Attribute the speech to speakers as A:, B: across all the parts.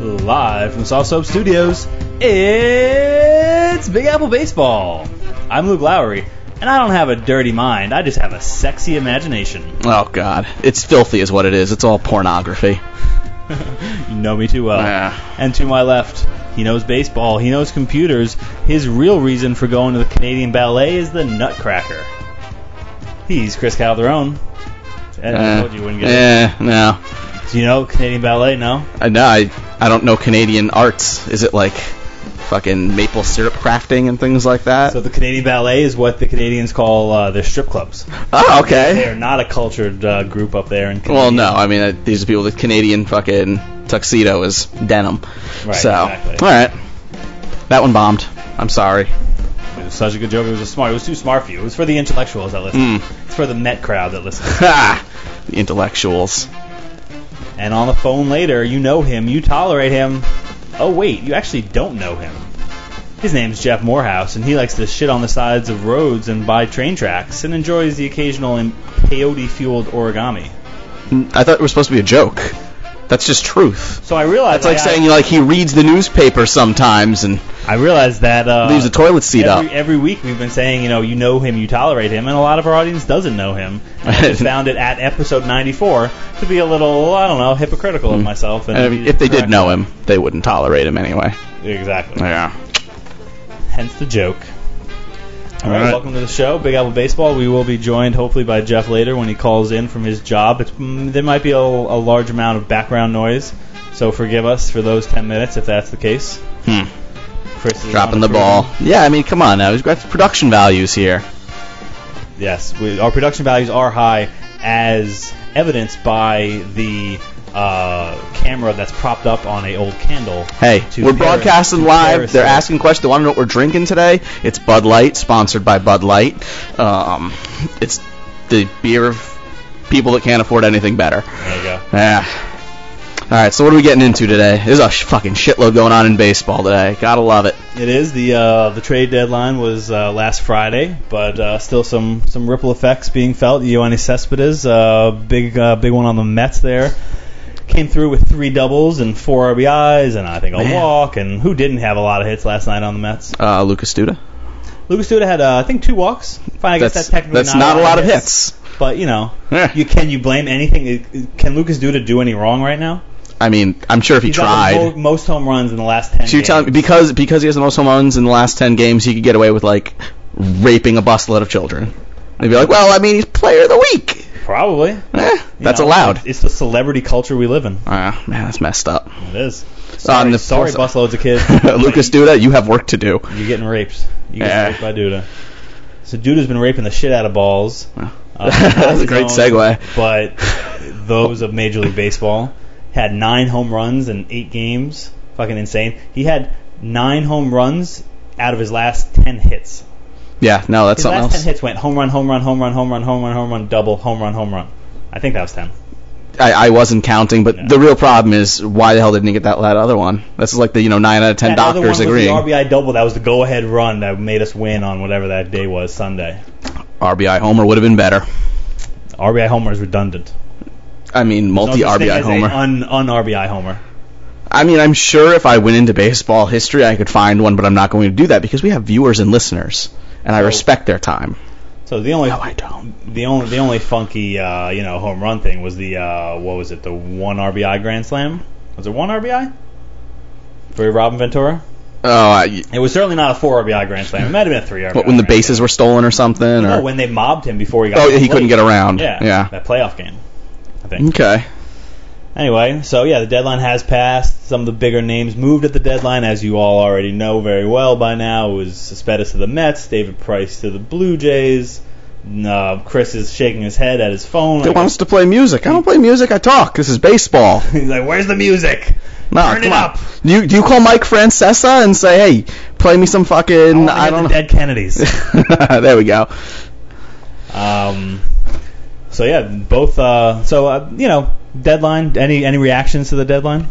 A: Live from Soft Soap Studios, it's Big Apple Baseball. I'm Luke Lowry, and I don't have a dirty mind. I just have a sexy imagination.
B: Oh God, it's filthy, is what it is. It's all pornography.
A: You know me too well.
B: Yeah.
A: And to my left, he knows baseball, he knows computers. His real reason for going to the Canadian Ballet is the Nutcracker. He's Chris Calderon. I
B: Eh,
A: told you wouldn't get it.
B: eh, no,
A: Do you know Canadian Ballet? No.
B: I no, I I don't know Canadian arts. Is it like fucking maple syrup crafting and things like that?
A: So the Canadian Ballet is what the Canadians call uh, their strip clubs.
B: oh,
A: They
B: okay.
A: are not a cultured uh, group up there in Canada.
B: Well, no, I mean uh, these are people with Canadian fucking tuxedo is denim.
A: Right,
B: so,
A: exactly.
B: all right, that one bombed. I'm sorry.
A: It was such a good joke. It was a smart. It was too smart for you. It was for the intellectuals that listen.
B: Mm.
A: It's for the Met crowd that listens.
B: Ha! The intellectuals.
A: and on the phone later, you know him. You tolerate him. Oh wait, you actually don't know him. His name's Jeff Morehouse, and he likes to shit on the sides of roads and by train tracks, and enjoys the occasional im- peyote-fueled origami.
B: I thought it was supposed to be a joke. That's just truth.
A: So I realized
B: It's like
A: I,
B: saying like he reads the newspaper sometimes and
A: I realized that uh,
B: leaves the toilet seat
A: every,
B: up.
A: every week we've been saying, you know, you know him, you tolerate him, and a lot of our audience doesn't know him. And I just found it at episode 94 to be a little, I don't know, hypocritical of myself. And
B: Mm. And if- if they did know him, they wouldn't tolerate him anyway.
A: Exactly.
B: Yeah.
A: Hence the joke. All right,
B: All right.
A: welcome to the show, Big Apple Baseball. We will be joined hopefully by Jeff later when he calls in from his job. It's, mm, there might be a, a large amount of background noise, so forgive us for those 10 minutes if that's the case.
B: Hmm.
A: Chris is on
B: Dropping the
A: crew.
B: ball. Yeah, I mean, come on now. We've got production values here.
A: Yes, we, our production values are high, as evidenced by the uh, camera that's propped up on a old candle.
B: Hey,
A: To
B: we're
A: Paris-
B: broadcasting
A: to
B: live.
A: Paris,
B: They're
A: uh,
B: asking questions. They want to know what we're drinking today. It's Bud Light, sponsored by Bud Light. Um, it's the beer of people that can't afford anything better.
A: There you go.
B: Yeah. All right, so what are we getting into today? There's a sh- fucking shitload going on in baseball today. Gotta love it.
A: It is the uh, the trade deadline was uh, last Friday, but uh, still some some ripple effects being felt. Ioannis Cespedes, uh, big uh, big one on the Mets there. Came through with three doubles and four RBIs, and I think a
B: Man.
A: walk. And who didn't have a lot of hits last night on the Mets?
B: Uh, Lucas Duda.
A: Lucas Duda had, uh, I think, two walks. Fine, I guess that's, technically
B: that's not, a lot of hits.
A: But you know,
B: Yeah.
A: you can you blame anything? Can Lucas Duda do any wrong right now?
B: I mean, I'm sure if he
A: He's got
B: tried.
A: the mo- most home runs in the last ten.
B: So you're
A: games.
B: telling me because because he has the most home runs in the last ten games, he could get away with like raping a busload of children. They'd be like, well, I mean, he's player of the week.
A: probably You
B: Eh, that's
A: know,
B: allowed.
A: It's, it's the celebrity culture we live in.
B: Ah, man, that's messed up.
A: It is. Sorry,
B: the
A: sorry
B: plus-
A: busloads of kids.
B: Lucas Duda, you have work to do.
A: You're getting raped. You get
B: Yeah.
A: raped by Duda. So Duda's been raping the shit out of balls. Uh,
B: that's a great
A: his own,
B: segue.
A: But those of Major League Baseball had nine home runs in eight games. Fucking insane. He had nine home runs out of his last ten hits.
B: Yeah, no, that's
A: His
B: something
A: last ten
B: else.
A: hits went home run, home run, home run, home run, home run, home run, double, home run, home run. I think that was ten.
B: I, I wasn't counting, but
A: Yeah.
B: the real problem is why the hell didn't he get that, that other one? This is like the you know nine out of ten
A: that other one
B: doctors
A: was
B: agreeing.
A: the RBI double. That was the go-ahead run that made us win on whatever that day was, Sunday.
B: RBI homer would have been better.
A: RBI homer is redundant.
B: I mean, multi RBI homer.
A: Un, un RBI homer.
B: I mean, I'm sure if I went into baseball history, I could find one, but I'm not going to do that because we have viewers and listeners, and I
A: Oh.
B: respect their time.
A: So the only
B: No, I don't.
A: the only the only funky uh, you know home run thing was the uh, what was it the one RBI grand slam was it one RBI for Robin Ventura?
B: Oh, I,
A: It was certainly not a four RBI grand slam. It might have been a three RBI.
B: what, when the
A: grand
B: bases were stolen or something,
A: slam.
B: or
A: No, when they mobbed him before he got.
B: oh,
A: to the
B: he couldn't
A: plate.
B: get around.
A: Yeah,
B: yeah.
A: that playoff game. I think.
B: Okay.
A: Anyway, so yeah, the deadline has passed. Some of the bigger names moved at the deadline, as you all already know very well by now. It was Cespedes to the Mets, David Price to the Blue Jays. Uh, Chris is shaking his head at his phone.
B: They
A: like-
B: want us to play music. I don't play music. I talk. This is baseball.
A: he's like, "Where's the music?
B: No,
A: Turn it
B: come on.
A: up."
B: Do you, do you call Mike Francesa and say, hey, play me some fucking
A: Oh, I
B: I
A: wanna
B: don't
A: get the dead Kennedys.
B: know. there we go.
A: um, so yeah, both. Uh, so uh, you know, deadline. Any any reactions to the deadline?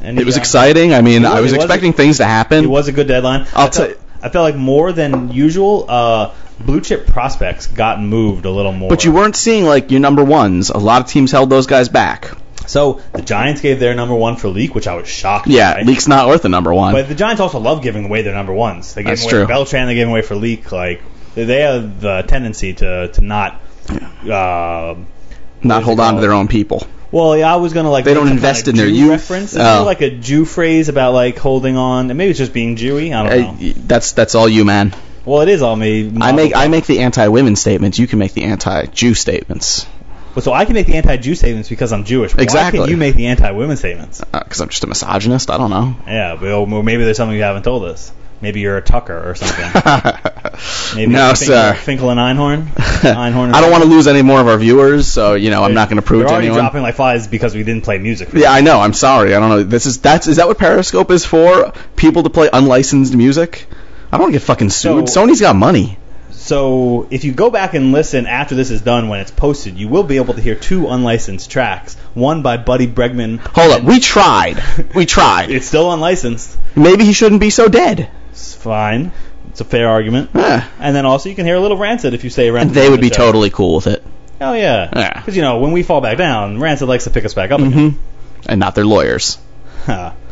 A: Any,
B: It was
A: uh,
B: exciting. I mean,
A: It was-
B: I was
A: it was-
B: expecting things to happen.
A: It was a good deadline.
B: I'll
A: I felt-
B: tell-
A: I felt like more than usual. Uh, blue chip prospects got moved a little more.
B: But you weren't seeing like your number ones. A lot of teams held those guys back.
A: So the Giants gave their number one for Leak, which I was shocked.
B: Yeah,
A: by.
B: Leak's not worth a number one.
A: But the Giants also love giving away their number ones. They gave
B: That's
A: away
B: true.
A: for Beltran. They gave away for Leak. Like they- they have the tendency to to not. Uh,
B: not hold on to
A: called?
B: their own people.
A: well, yeah, I was gonna like.
B: They don't
A: some
B: invest
A: kind
B: in
A: of
B: their
A: Jew
B: youth.
A: Reference. Isn't there,
B: Oh.
A: like a Jew phrase about like holding on, and maybe it's just being Jewy. I don't know.
B: I, that's that's all you, man.
A: well, it is all me.
B: I
A: Model-
B: make I make the anti-women statements. You can make the anti-Jew statements
A: Well, so I can make the anti-Jew statements because I'm Jewish. Why
B: Exactly.
A: can you make the anti-women statements?
B: because Uh, I'm just a misogynist. I don't know.
A: Yeah, well, maybe there's something you haven't told us. Maybe you're a Tucker or something. Maybe
B: no,
A: it's Finkel,
B: sir.
A: Finkel and Einhorn. Einhorn.
B: I don't want to lose any more of our viewers, so you know I'm not going to prove
A: They're
B: to
A: already
B: anyone.
A: dropping like flies because we didn't play music.
B: Yeah, I know. I'm sorry. I don't know. This is that's is that what Periscope is for? People to play unlicensed music? I don't want to get fucking sued.
A: So-
B: Sony's got money.
A: So if you go back and listen after this is done when it's posted, you will be able to hear two unlicensed tracks. One by Buddy Bregman.
B: Hold up. We tried. We tried.
A: It's still unlicensed.
B: Maybe he shouldn't be so dead.
A: It's fine. It's a fair argument.
B: Eh.
A: And then also you can hear a little Rancid if you say Rancid.
B: And they
A: on
B: would
A: the
B: be
A: show.
B: totally cool with it.
A: Hell yeah.
B: Yeah.
A: Because you know when we fall back down, Rancid likes to pick us back up again.
B: hmm And not their lawyers. Mm-hmm.
A: Huh.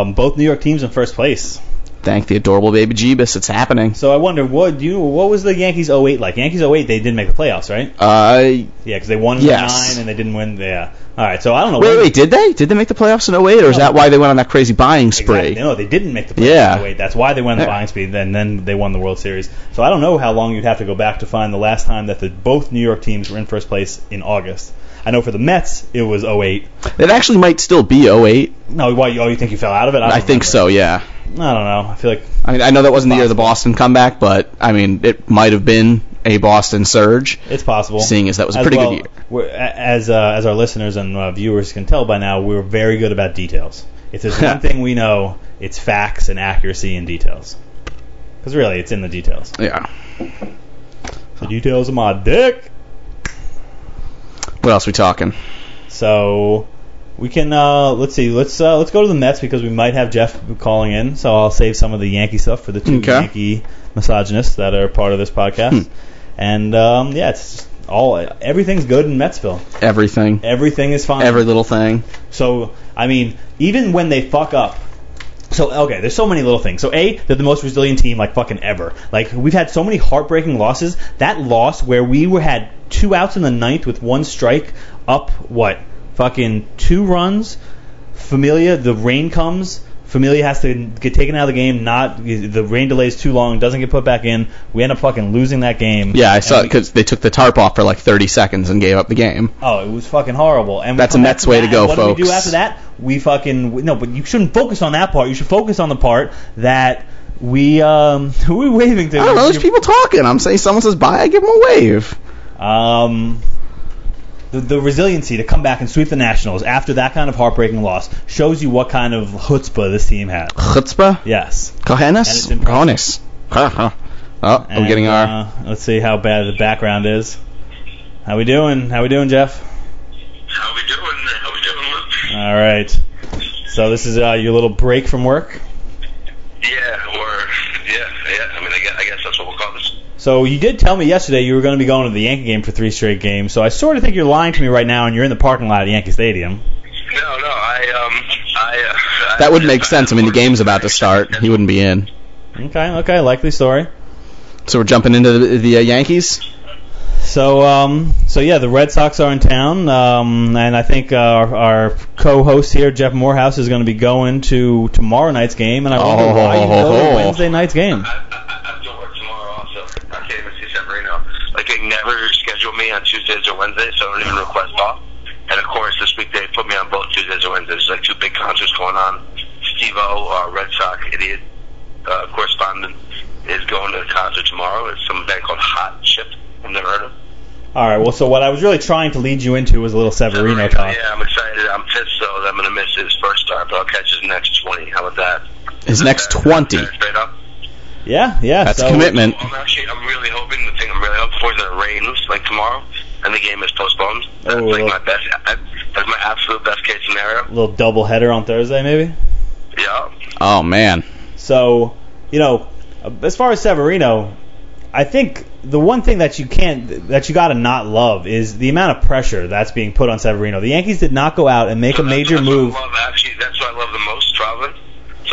A: Um, both New York teams in first place.
B: Thank the adorable baby Jeebus. It's happening.
A: So I wonder what do you what was the Yankees 08 like? Yankees 08 they didn't make the playoffs, right?
B: Uh,
A: Yeah, because they won
B: Yes.
A: nine and they didn't win. Yeah. All right. So I don't know.
B: wait,
A: when-
B: wait. Did they? Did they make the playoffs in 08? Or is that why they went on that crazy buying
A: Exactly.
B: spree?
A: No, they didn't make the playoffs.
B: Yeah.
A: Wait, that's why they went on the
B: Yeah.
A: buying speed, and then they won the World Series. So I don't know how long you'd have to go back to find the last time that the both New York teams were in first place in August. I know for the Mets it was 08.
B: It actually might still be 08.
A: No, why? Oh, you think you fell out of it? I,
B: I,
A: don't
B: think
A: remember.
B: so. Yeah.
A: I don't know. I feel like
B: I mean, I know that wasn't the year of the Boston comeback, but I mean, it might have been a Boston surge.
A: it's possible.
B: Seeing as that was a pretty good year.
A: We're, a- as uh, as our listeners and uh, viewers can tell by now, we're very good about details. If there's one thing we know, it's facts and accuracy and details. Because really, it's in the details.
B: Yeah.
A: The details of my dick.
B: What else we talking?
A: So we can uh, let's see, let's uh, let's go to the Mets because we might have Jeff calling in. So I'll save some of the Yankee stuff for the two
B: Okay. Hmm.
A: Yankee misogynists that are part of this podcast. And um, yeah, it's all everything's good in Metsville.
B: Everything.
A: Everything is fine.
B: Every little thing.
A: So I mean, even when they fuck up. So okay, there's so many little things. So a, they're the most resilient team like fucking ever. Like we've had so many heartbreaking losses. That loss where we were had two outs in the ninth with one strike, up what fucking two runs. Familia, the rain comes. Familia has to get taken out of the game. Not the rain delays too long. Doesn't get put back in. We end up fucking losing that game.
B: Yeah, I saw it
A: And we-
B: because they took the tarp off for like 30 seconds and gave up the game.
A: Oh, it was fucking horrible. And we
B: That's a
A: come
B: Mets
A: after
B: way
A: that,
B: to go,
A: and what What do we do
B: folks.
A: after that? We fucking we- no, but you shouldn't focus on that part. You should focus on the part that we um who are we waving to?
B: I don't know. There's people talking. I'm saying someone says bye, I give them a wave.
A: Um. The, the resiliency to come back and sweep the Nationals after that kind of heartbreaking loss shows you what kind of chutzpah this team had.
B: Chutzpah?
A: Yes.
B: Cojones?
A: And it's
B: Cojones. Ha, ha. Oh, I'm
A: And,
B: getting our.
A: Uh, let's see how bad the background is. How we doing? How we doing, Jeff?
C: How we doing? How we doing,
B: Uh.
C: Luke?
A: All right. So this is uh, your little break from work.
C: Yeah, or yeah, yeah. I mean, I guess, I guess that's what we'll call this.
A: So you did tell me yesterday you were going to be going to the Yankee game for three straight games. So I sort of think you're lying to me right now, and you're in the parking lot at Yankee Stadium.
C: No, no. I um, I. Uh,
B: That would make sense. I mean, the game's about to start. He wouldn't be in.
A: Okay, okay, likely story.
B: So we're jumping into the, the uh, Yankees?
A: So, um, so yeah, the Red Sox are in town, um, and I think uh, our, our co-host here, Jeff Morehouse, is going to be going to tomorrow night's game, and I wonder why you go to
B: Oh.
A: Wednesday night's game.
C: I, I, I have to work tomorrow also. I can't even see Severino. Like they never schedule me on Tuesdays or Wednesdays, so I don't even request off. And of course, this week they put me on both Tuesdays and Wednesdays. There's like two big concerts going on. Steve-O, our Red Sox idiot uh, correspondent, is going to the concert tomorrow. It's some band called Hot Chip. I've never heard of. 'em.
A: All right. Well, so what I was really trying to lead you into was a little Severino talk.
C: Yeah, I'm excited. I'm pissed though that I'm gonna miss his first start, but I'll catch his next 20. How about that?
B: His next
C: Uh,
B: 20.
C: Straight up.
A: Yeah, yeah.
B: That's
A: so,
B: commitment.
C: Well, I'm actually, I'm really hoping the thing I'm really hoping for is that it rains like tomorrow, and the game is postponed. That's
A: Oh,
C: like
A: well.
C: my best. I, that's my absolute best case scenario.
A: Little double header on Thursday, maybe.
C: Yeah.
B: Oh, man.
A: So, you know, as far as Severino, I think the one thing that you can't that you got to not love is the amount of pressure that's being put on Severino. The Yankees did not go out and make
C: So
A: a
C: that's-
A: major
C: that's what I
A: move.
C: love, actually, that's what I love the most, traveling.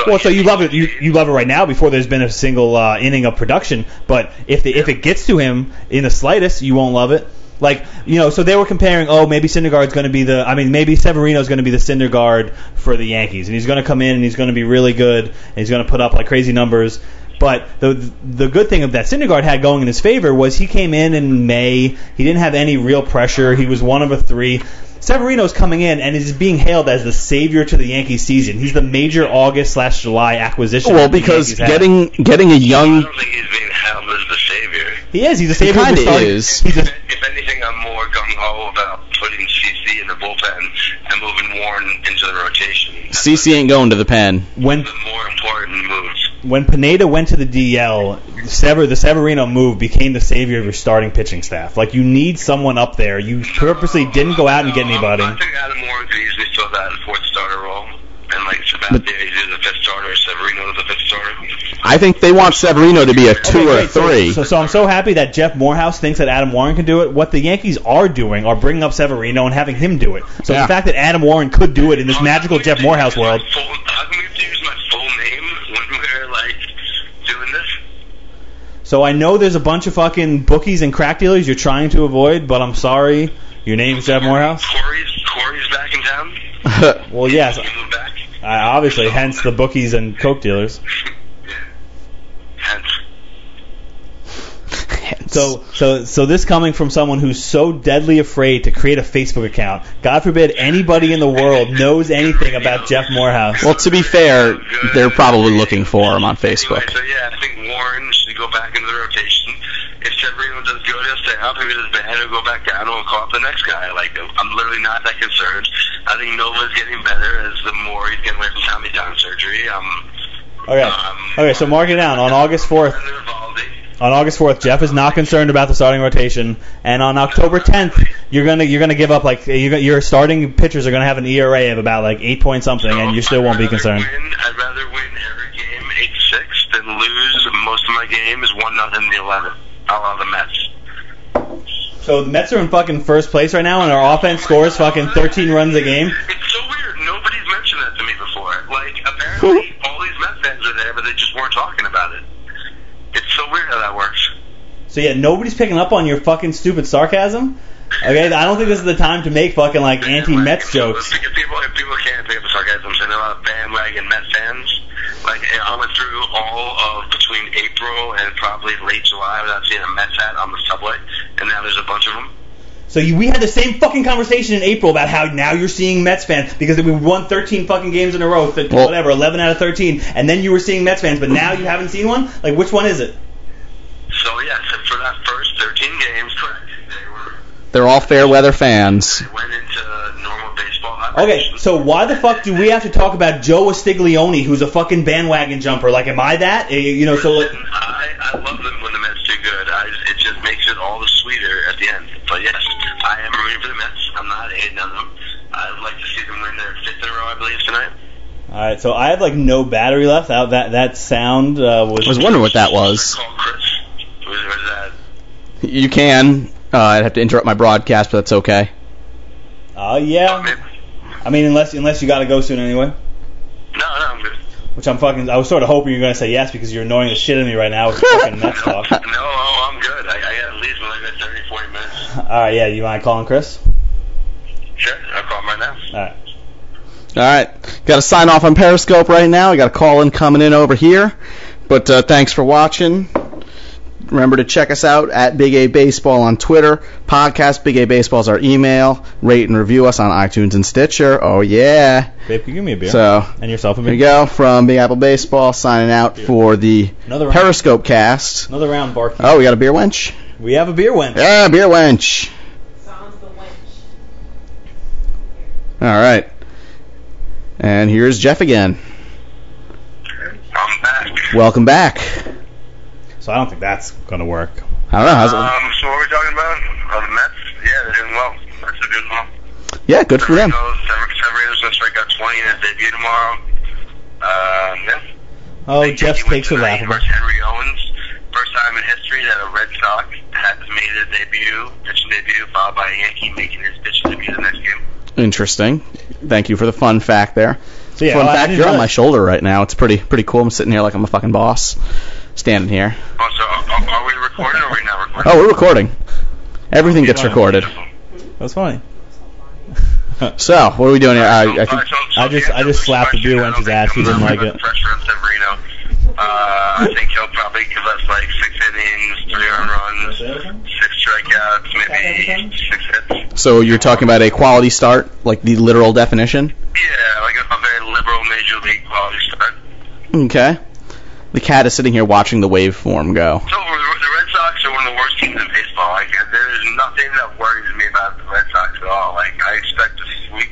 A: Well, so you love it. You, you love it right now before there's been a single uh, inning of production. But if the, if it gets to him in the slightest, you won't love it. Like you know, so they were comparing. Oh, maybe Syndergaard's going to be the. I mean, maybe Severino's going to be the Syndergaard for the Yankees, and he's going to come in and he's going to be really good, and he's going to put up like crazy numbers. But the the good thing of that Syndergaard had going in his favor was he came in in May. He didn't have any real pressure. He was one of a three. Severino's coming in and is being hailed as the savior to the Yankee season. He's the major August slash July acquisition.
B: Well,
A: that the
B: because
A: Yankees had.
B: getting getting a
C: I
B: young
C: don't think he's being held as the savior.
A: he is he's a savior. of the
B: kinda
A: starting-
B: is.
A: He's a,
C: If anything, I'm more gung ho about putting CC in the bullpen and moving Warren into the rotation. That's
B: CC ain't going to the pen.
A: when
C: the more important moves.
A: when Pineda went to the DL, Sever the Severino move became the savior of your starting pitching staff. Like you need someone up there. You purposely didn't go out and get
C: No,
A: anybody.
C: I think Adam Warren could easily fill that fourth starter role. And like Sabathia, he's either the fifth starter or Severino is the fifth starter.
B: I think they want Severino to be a two
A: Okay,
B: or a
A: great. So-
B: three.
A: So, so I'm so happy that Jeff Morehouse thinks that Adam Warren can do it. What the Yankees are doing are bringing up Severino and having him do it. So
B: Yeah.
A: the fact that Adam Warren could do it in this magical Jeff Morehouse world,
C: Full, how can we have to use my full name when we're like doing this?
A: So I know there's a bunch of fucking bookies and crack dealers you're trying to avoid, but I'm sorry, your name's Jeff Morehouse.
C: Corey's Corey's back in town.
A: Well, yes,
C: He moved back.
A: I, obviously, hence the bookies and coke dealers.
C: Hence,
A: So, so, so this coming from someone who's so deadly afraid to create a Facebook account. God forbid anybody in the world knows anything about Jeff Morehouse.
B: well, to be fair, they're probably looking for him on
C: Anyway,
B: Facebook.
C: so yeah, I think Warren should go back into the rotation. If Severino does good, he'll stay up. If he does bad, he'll go back down and we'll call up the next guy. Like, I'm literally not that concerned. I think Nova's getting better as the more he's getting away from Tommy John surgery. Um,
A: okay, okay. So mark it down. On August 4th,
C: and Vivaldi.
A: on August 4th, Jeff is not concerned about the starting rotation, and on October 10th, you're gonna you're gonna give up like you're, gonna- your starting pitchers are gonna have an ERA of about like eight point something, and you still won't be
C: I'd rather
A: concerned.
C: Win, I'd rather win every game eight six than lose most of my games one nothing in the eleven. I love the Mets.
A: So the Mets are in fucking first place right now, and our offense scores fucking 13 runs a game.
C: It's so weird. Nobody's mentioned that to me before. Like apparently all these Mets fans are there, but they just weren't talking about it. It's so weird how that works.
A: So yeah, nobody's picking up on your fucking stupid sarcasm. Okay, I don't think this is the time to make fucking like anti-Mets jokes.
C: If people, if people can't pick up the sarcasm, so they're not bandwagon Mets fans. Like I went through all of between April and probably late July without seeing a Mets hat on the subway, and now there's a bunch of them.
A: So you, we had the same fucking conversation in April about how now you're seeing Mets fans because we won 13 fucking games in a row, th-
B: Well-
A: whatever, 11 out of 13, and then you were seeing Mets fans, but now you haven't seen one. Like which one is it?
C: So yes, for that first 13 games, correct, they were
B: They're all fair weather fans.
C: they went into normal baseball.
A: Okay,
C: operations.
A: so why the fuck do we have to talk about Joe Astiglione, who's a fucking bandwagon jumper? Like, am I that? Eh, You know, so like,
C: Listen, I, I love them when the Mets do good. I, it just makes it all the sweeter at the end. But yes, I am rooting for the Mets. I'm not hating on them. I'd like to see them win their fifth in a row, I believe, tonight.
A: all right, so I have like no battery left. Out that that sound uh, was.
B: I was wondering what that was.
C: Call Chris. Who's who's that?
B: You can. Uh, I'd have to interrupt my broadcast, but that's okay.
A: Oh yeah.
C: Maybe.
A: I mean, unless unless you got to go soon anyway,
C: No, no, I'm good.
A: which I'm fucking. I was sort of hoping you were gonna say yes because you're annoying the shit out of me right now with your fucking Mets
C: No,
A: talk. All
C: no, oh, I'm good. I, I got at least like 30, 40 minutes.
A: right, yeah. You mind calling Chris?
C: Sure, I'll call him right now.
A: All right.
B: All right, got to sign off on Periscope right now. I got a call in coming in over here, but uh, thanks for watching. Remember to check us out at Big A Baseball on Twitter. Podcast Big A Baseball is our email. Rate and review us on iTunes and Stitcher. Oh yeah!
A: Babe, can you give me a beer?
B: So
A: and yourself a
B: here
A: beer.
B: we go from Big Apple Baseball signing out for the
A: Another round.
B: Periscope cast.
A: Another round, Barky.
B: Oh, we got a beer wench.
A: We have a beer wench.
B: Yeah, beer wench.
D: Sounds the wench.
B: All right, and here's Jeff again.
C: I'm back.
B: Welcome back.
A: So I don't think that's gonna work.
B: I don't know. How's it?
C: Um, so what are we talking about? Oh, the Mets? Yeah, they're doing well. Mets are doing well.
B: Yeah, good for them.
C: Severino's Severino's gonna strike out 20 in his debut tomorrow. Uh, yeah.
A: Oh,
C: They-
A: Jeff's
C: he went
A: Oh, takes are
C: tonight
A: laughable.
C: versus Henry Owens. First time in history that a Red Sox has made a debut, pitching debut, followed by a Yankee making his pitching debut the next game.
B: Interesting. Thank you for the fun fact there.
A: So, yeah,
B: fun
A: well, I
B: fact,
A: didn't
B: you're on my
A: realize-
B: shoulder right now. It's pretty pretty cool. I'm sitting here like I'm a fucking boss, standing here.
C: Also, are, are we recording or are we not recording?
B: Oh, we're recording. Everything gets
A: Fine.
B: recorded.
A: That's funny.
B: So, what are we doing here? Uh, I, I
C: So,
B: think
C: so- so
A: I just-
C: to
A: I
C: answer
A: just
C: this
A: slapped the
C: question,
A: beer
C: I
A: wench's
C: don't think
A: ass. He
C: he'll
A: didn't
C: have
A: like
C: enough
A: it.
C: Pressure on Severino. Uh, I think he'll probably give us like six innings, three earned runs, six strikeouts, maybe six hits.
B: so. You're talking about a quality start, like the literal definition.
C: Yeah, like a, a very liberal major league quality start.
B: Okay. The cat is sitting here watching the waveform go.
C: So the the Red Sox are one of the worst teams in baseball. Like there is nothing that worries me about the Red Sox at all. Like I expect to sweep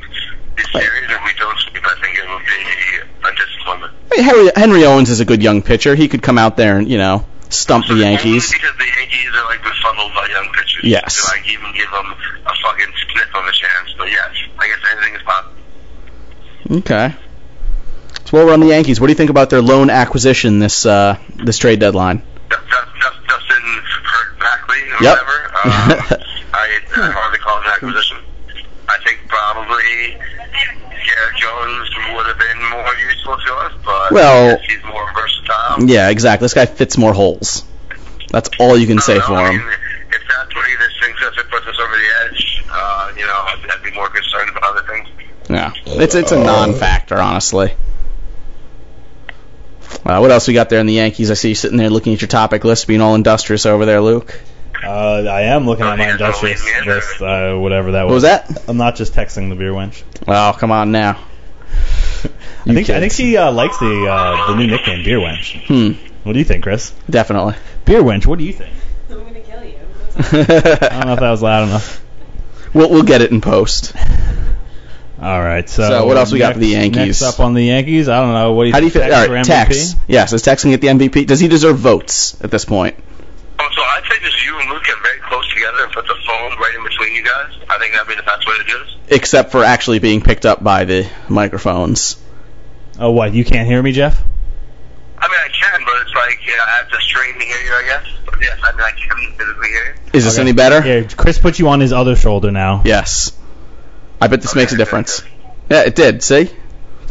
C: this series, and if we don't sweep, I think it will be a disappointment.
B: I mean, Henry, Henry Owens is a good young pitcher. He could come out there and you know stump the
C: Only
B: Yankees.
C: Because the Yankees are like befuddled by young pitchers.
B: Yes.
C: To, like even give them a fucking sniff of a chance. But yes, I guess anything is possible.
B: Okay. So while we're on the Yankees, what do you think about their loan acquisition this uh, this trade deadline?
C: Dust- Dust- Dust- Dustin Hurt Backley or
B: Yep.
C: whatever. Um, I, I hardly call it an acquisition. I think probably Garrett Jones would have been more useful to us, but
B: Well-
C: he's more versatile.
B: Yeah, exactly. This guy fits more holes. That's all you can say
C: I don't know,
B: for
C: I
B: him.
C: mean, If that's what he just thinks us, it puts us over the edge. Uh, you know, I'd, I'd be more concerned about other things.
B: Yeah, it's it's a non-factor, honestly. Uh, what else we got there in the Yankees? I see you sitting there looking at your topic list, being all industrious over there, Luke.
A: Uh, I am looking at my
C: Yeah, don't leave
A: industrious
C: me in there.
A: list, uh, whatever that was.
B: What was that?
A: I'm not just texting the beer wench.
B: Oh, come on now.
A: I think I think she uh, likes the uh, the new nickname beer wench.
B: Hmm,
A: What do you think, Chris?
B: definitely.
A: Beer wench. What do you think?
D: I'm gonna kill you.
A: I don't know if that was loud enough.
B: we'll we'll get it in post.
A: All right. So,
B: So what else we got
A: next-
B: for the
A: Next
B: Yankees?
A: up on the Yankees, I don't know. What do you
B: How do you feel?
A: think?
B: All
A: Tex
B: right,
A: for
B: Tex.
A: MVP?
B: Yes, is Tex gonna get the MVP? Does he deserve votes at this point?
C: Oh, so I'd say just you and Luke get very close together and put the phone right in between you guys. I think that'd be the best way to do this.
B: Except for actually being picked up by the microphones.
A: Oh, what? You can't hear me, Jeff?
C: I mean, I can, but it's like yeah, I have to strain to hear you, I guess. But yes, I mean, I can physically hear you.
B: Is this
A: Okay.
B: any better?
A: Here, Chris put you on his other shoulder now.
B: Yes. I bet this makes a difference. Yeah, it did. See?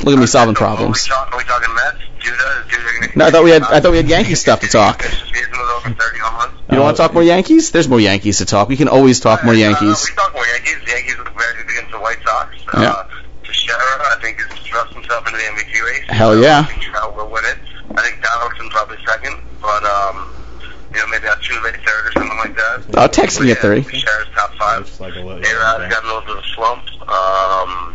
B: Look at me solving
C: So,
B: problems.
C: Are we, talk, are we talking Mets? Judah? Is Judah gonna-
B: No, I thought we had I thought we had Yankee stuff to talk.
C: This season was over 30 home runs.
B: You don't want to talk more Yankees? There's more Yankees to talk. We can always talk more
C: Uh,
B: Yankees.
C: we talk more Yankees. The Yankees look very good against the White Sox. Uh, Teixeira, I think, has thrust himself into the MVP race.
B: Hell
C: I
B: yeah.
C: think Trout will win it. I think Donaldson probably second, but um, you know maybe that's too late third or something like that.
B: Oh, Tex can
C: yeah,
B: get three.
C: Teixeira's top five.
A: Looks like a little-
C: A-Rod's gotten a little bit of a slump. Um,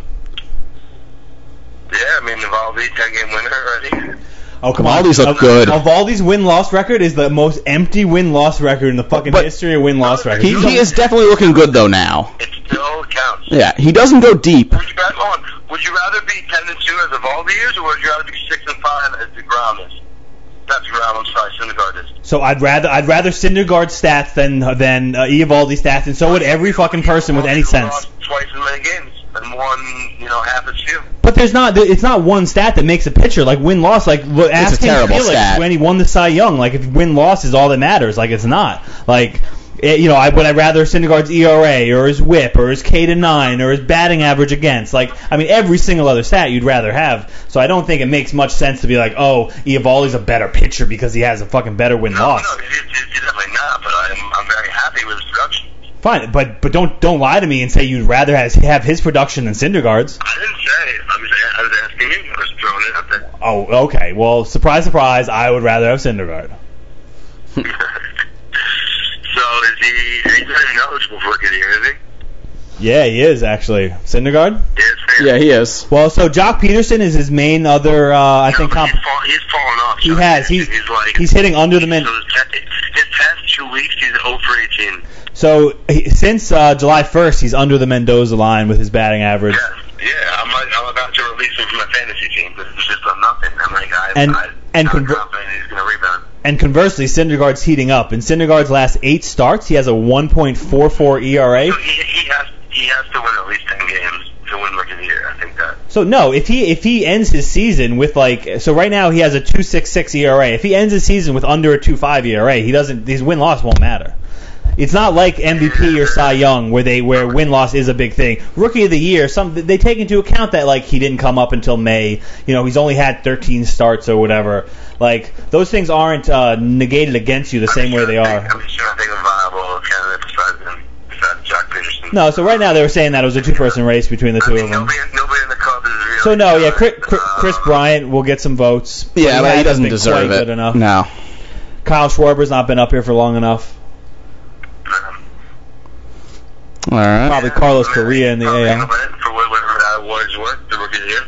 C: yeah, I mean, Navalny, 10-game winner already.
A: Oh come on!
B: Vivaldi's look
A: of,
B: good.
A: Of all these win-loss record, is the most empty win-loss record in the fucking
B: But-
A: history of win-loss records.
B: He, he is definitely looking good though now.
C: It still counts.
B: Yeah, he doesn't go deep.
C: Would you, rather, hold on. would you rather be 10 and 2 as Evaldi is, or would you rather be 6 and 5 as DeGrom is? Not DeGrom, I'm sorry, Syndergaard is.
A: So I'd rather I'd rather Syndergaard stats than than uh, Eovaldi stats, and so would every fucking person with any
C: Evaldi
A: sense.
C: Lost twice as many games and won, you know, half as few.
A: But there's not it's not one stat that makes a pitcher like win loss. Like look, ask
B: a
A: Hank
B: terrible
A: Felix
B: stat.
A: when he won the Cy Young. Like if win loss is all that matters, like it's not. Like it, you know, I would I rather Syndergaard's ERA or his WHIP or his K to nine or his batting average against. Like I mean, every single other stat you'd rather have. So I don't think it makes much sense to be like, oh, Eovaldi's a better pitcher because he has a fucking better win loss.
C: No, he's, he's he's definitely not, but I'm, I'm very happy with his production.
A: Fine, but but don't don't lie to me and say you'd rather has, have his production than Syndergaard's.
C: I didn't say. I'm just, I was asking you. I was throwing it out there.
A: Oh, okay. Well, surprise, surprise, I would rather have Syndergaard.
C: so is he? He's not even eligible for rookie of the year, is he?
A: Yeah, he is actually Syndergaard.
C: Yes,
B: Yeah, he is.
A: Well, so Jock Peterson is his main other. Uh, I think comp-
C: he's, fall, he's fallen off.
A: He
C: Josh.
A: has. He's-
C: he's like
A: he's hitting under the min.
C: So his, past, his past two weeks, he's 0 for 18.
A: So he, since uh, July 1st, he's under the Mendoza line with his batting average.
C: Yeah, yeah. I'm, like, I'm about to release him from my fantasy team. This is just a nothing. I'm like, I,
A: And-
C: I,
A: and
C: I'm
A: conver-
C: confident he's gonna rebound.
A: And conversely, Syndergaard's heating up. In Syndergaard's last eight starts, he has E a 1.44 ERA.
C: So he, he has he has to win at least 10 games to win rookie a year. I think that.
A: So no, if he if he ends his season with like so right now he has a 2.66 ERA. E If he ends his season with under a 2.5 ERA, he doesn't his win loss won't matter. It's not like MVP or Cy Young where they where win loss is a big thing. Rookie of the year, some they take into account that like he didn't come up until May. You know, he's only had 13 starts or whatever. Like those things aren't uh, negated against you the same way they are.
C: I'm just trying to think of viable candidate besides him, besides Jack Peterson.
A: No, so right now they were saying that it was a two-person race between the
C: I
A: two
C: mean,
A: of them.
C: Nobody, nobody in the club is really. Um,
A: So no, yeah, Chris, Chris Bryant will get some votes. but
B: Yeah, but he
A: hasn't
B: doesn't
A: been
B: deserve
A: quite
B: it.
A: Good enough.
B: No.
A: Kyle Schwarber's not been up here for long enough.
C: Um,
B: All right.
A: Probably Carlos Correa in the
C: probably
A: AL.
C: Glenn For whatever that award's worth, the rookie of the year.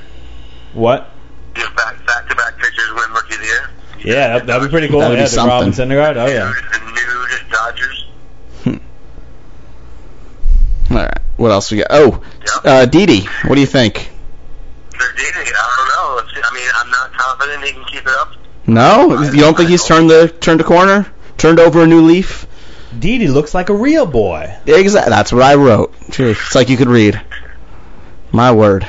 A: What?
C: You know, back, back-to-back pitchers win rookie of the year.
A: Yeah, that, that'd be pretty cool.
B: That'd be
A: yeah,
B: something.
A: Robin Syndergaard. Oh yeah.
C: The new Dodgers.
B: All right. What else we got? Oh,
C: Yeah.
B: uh, Didi, what do you think?
C: They're dating it. I don't know. Let's see. I mean, I'm not confident he can keep it up.
B: No, you don't think he's turned the turned a corner, turned over a new leaf?
A: Didi looks like a real boy.
B: Exactly. That's what I wrote. Gee, It's like you could read. My word.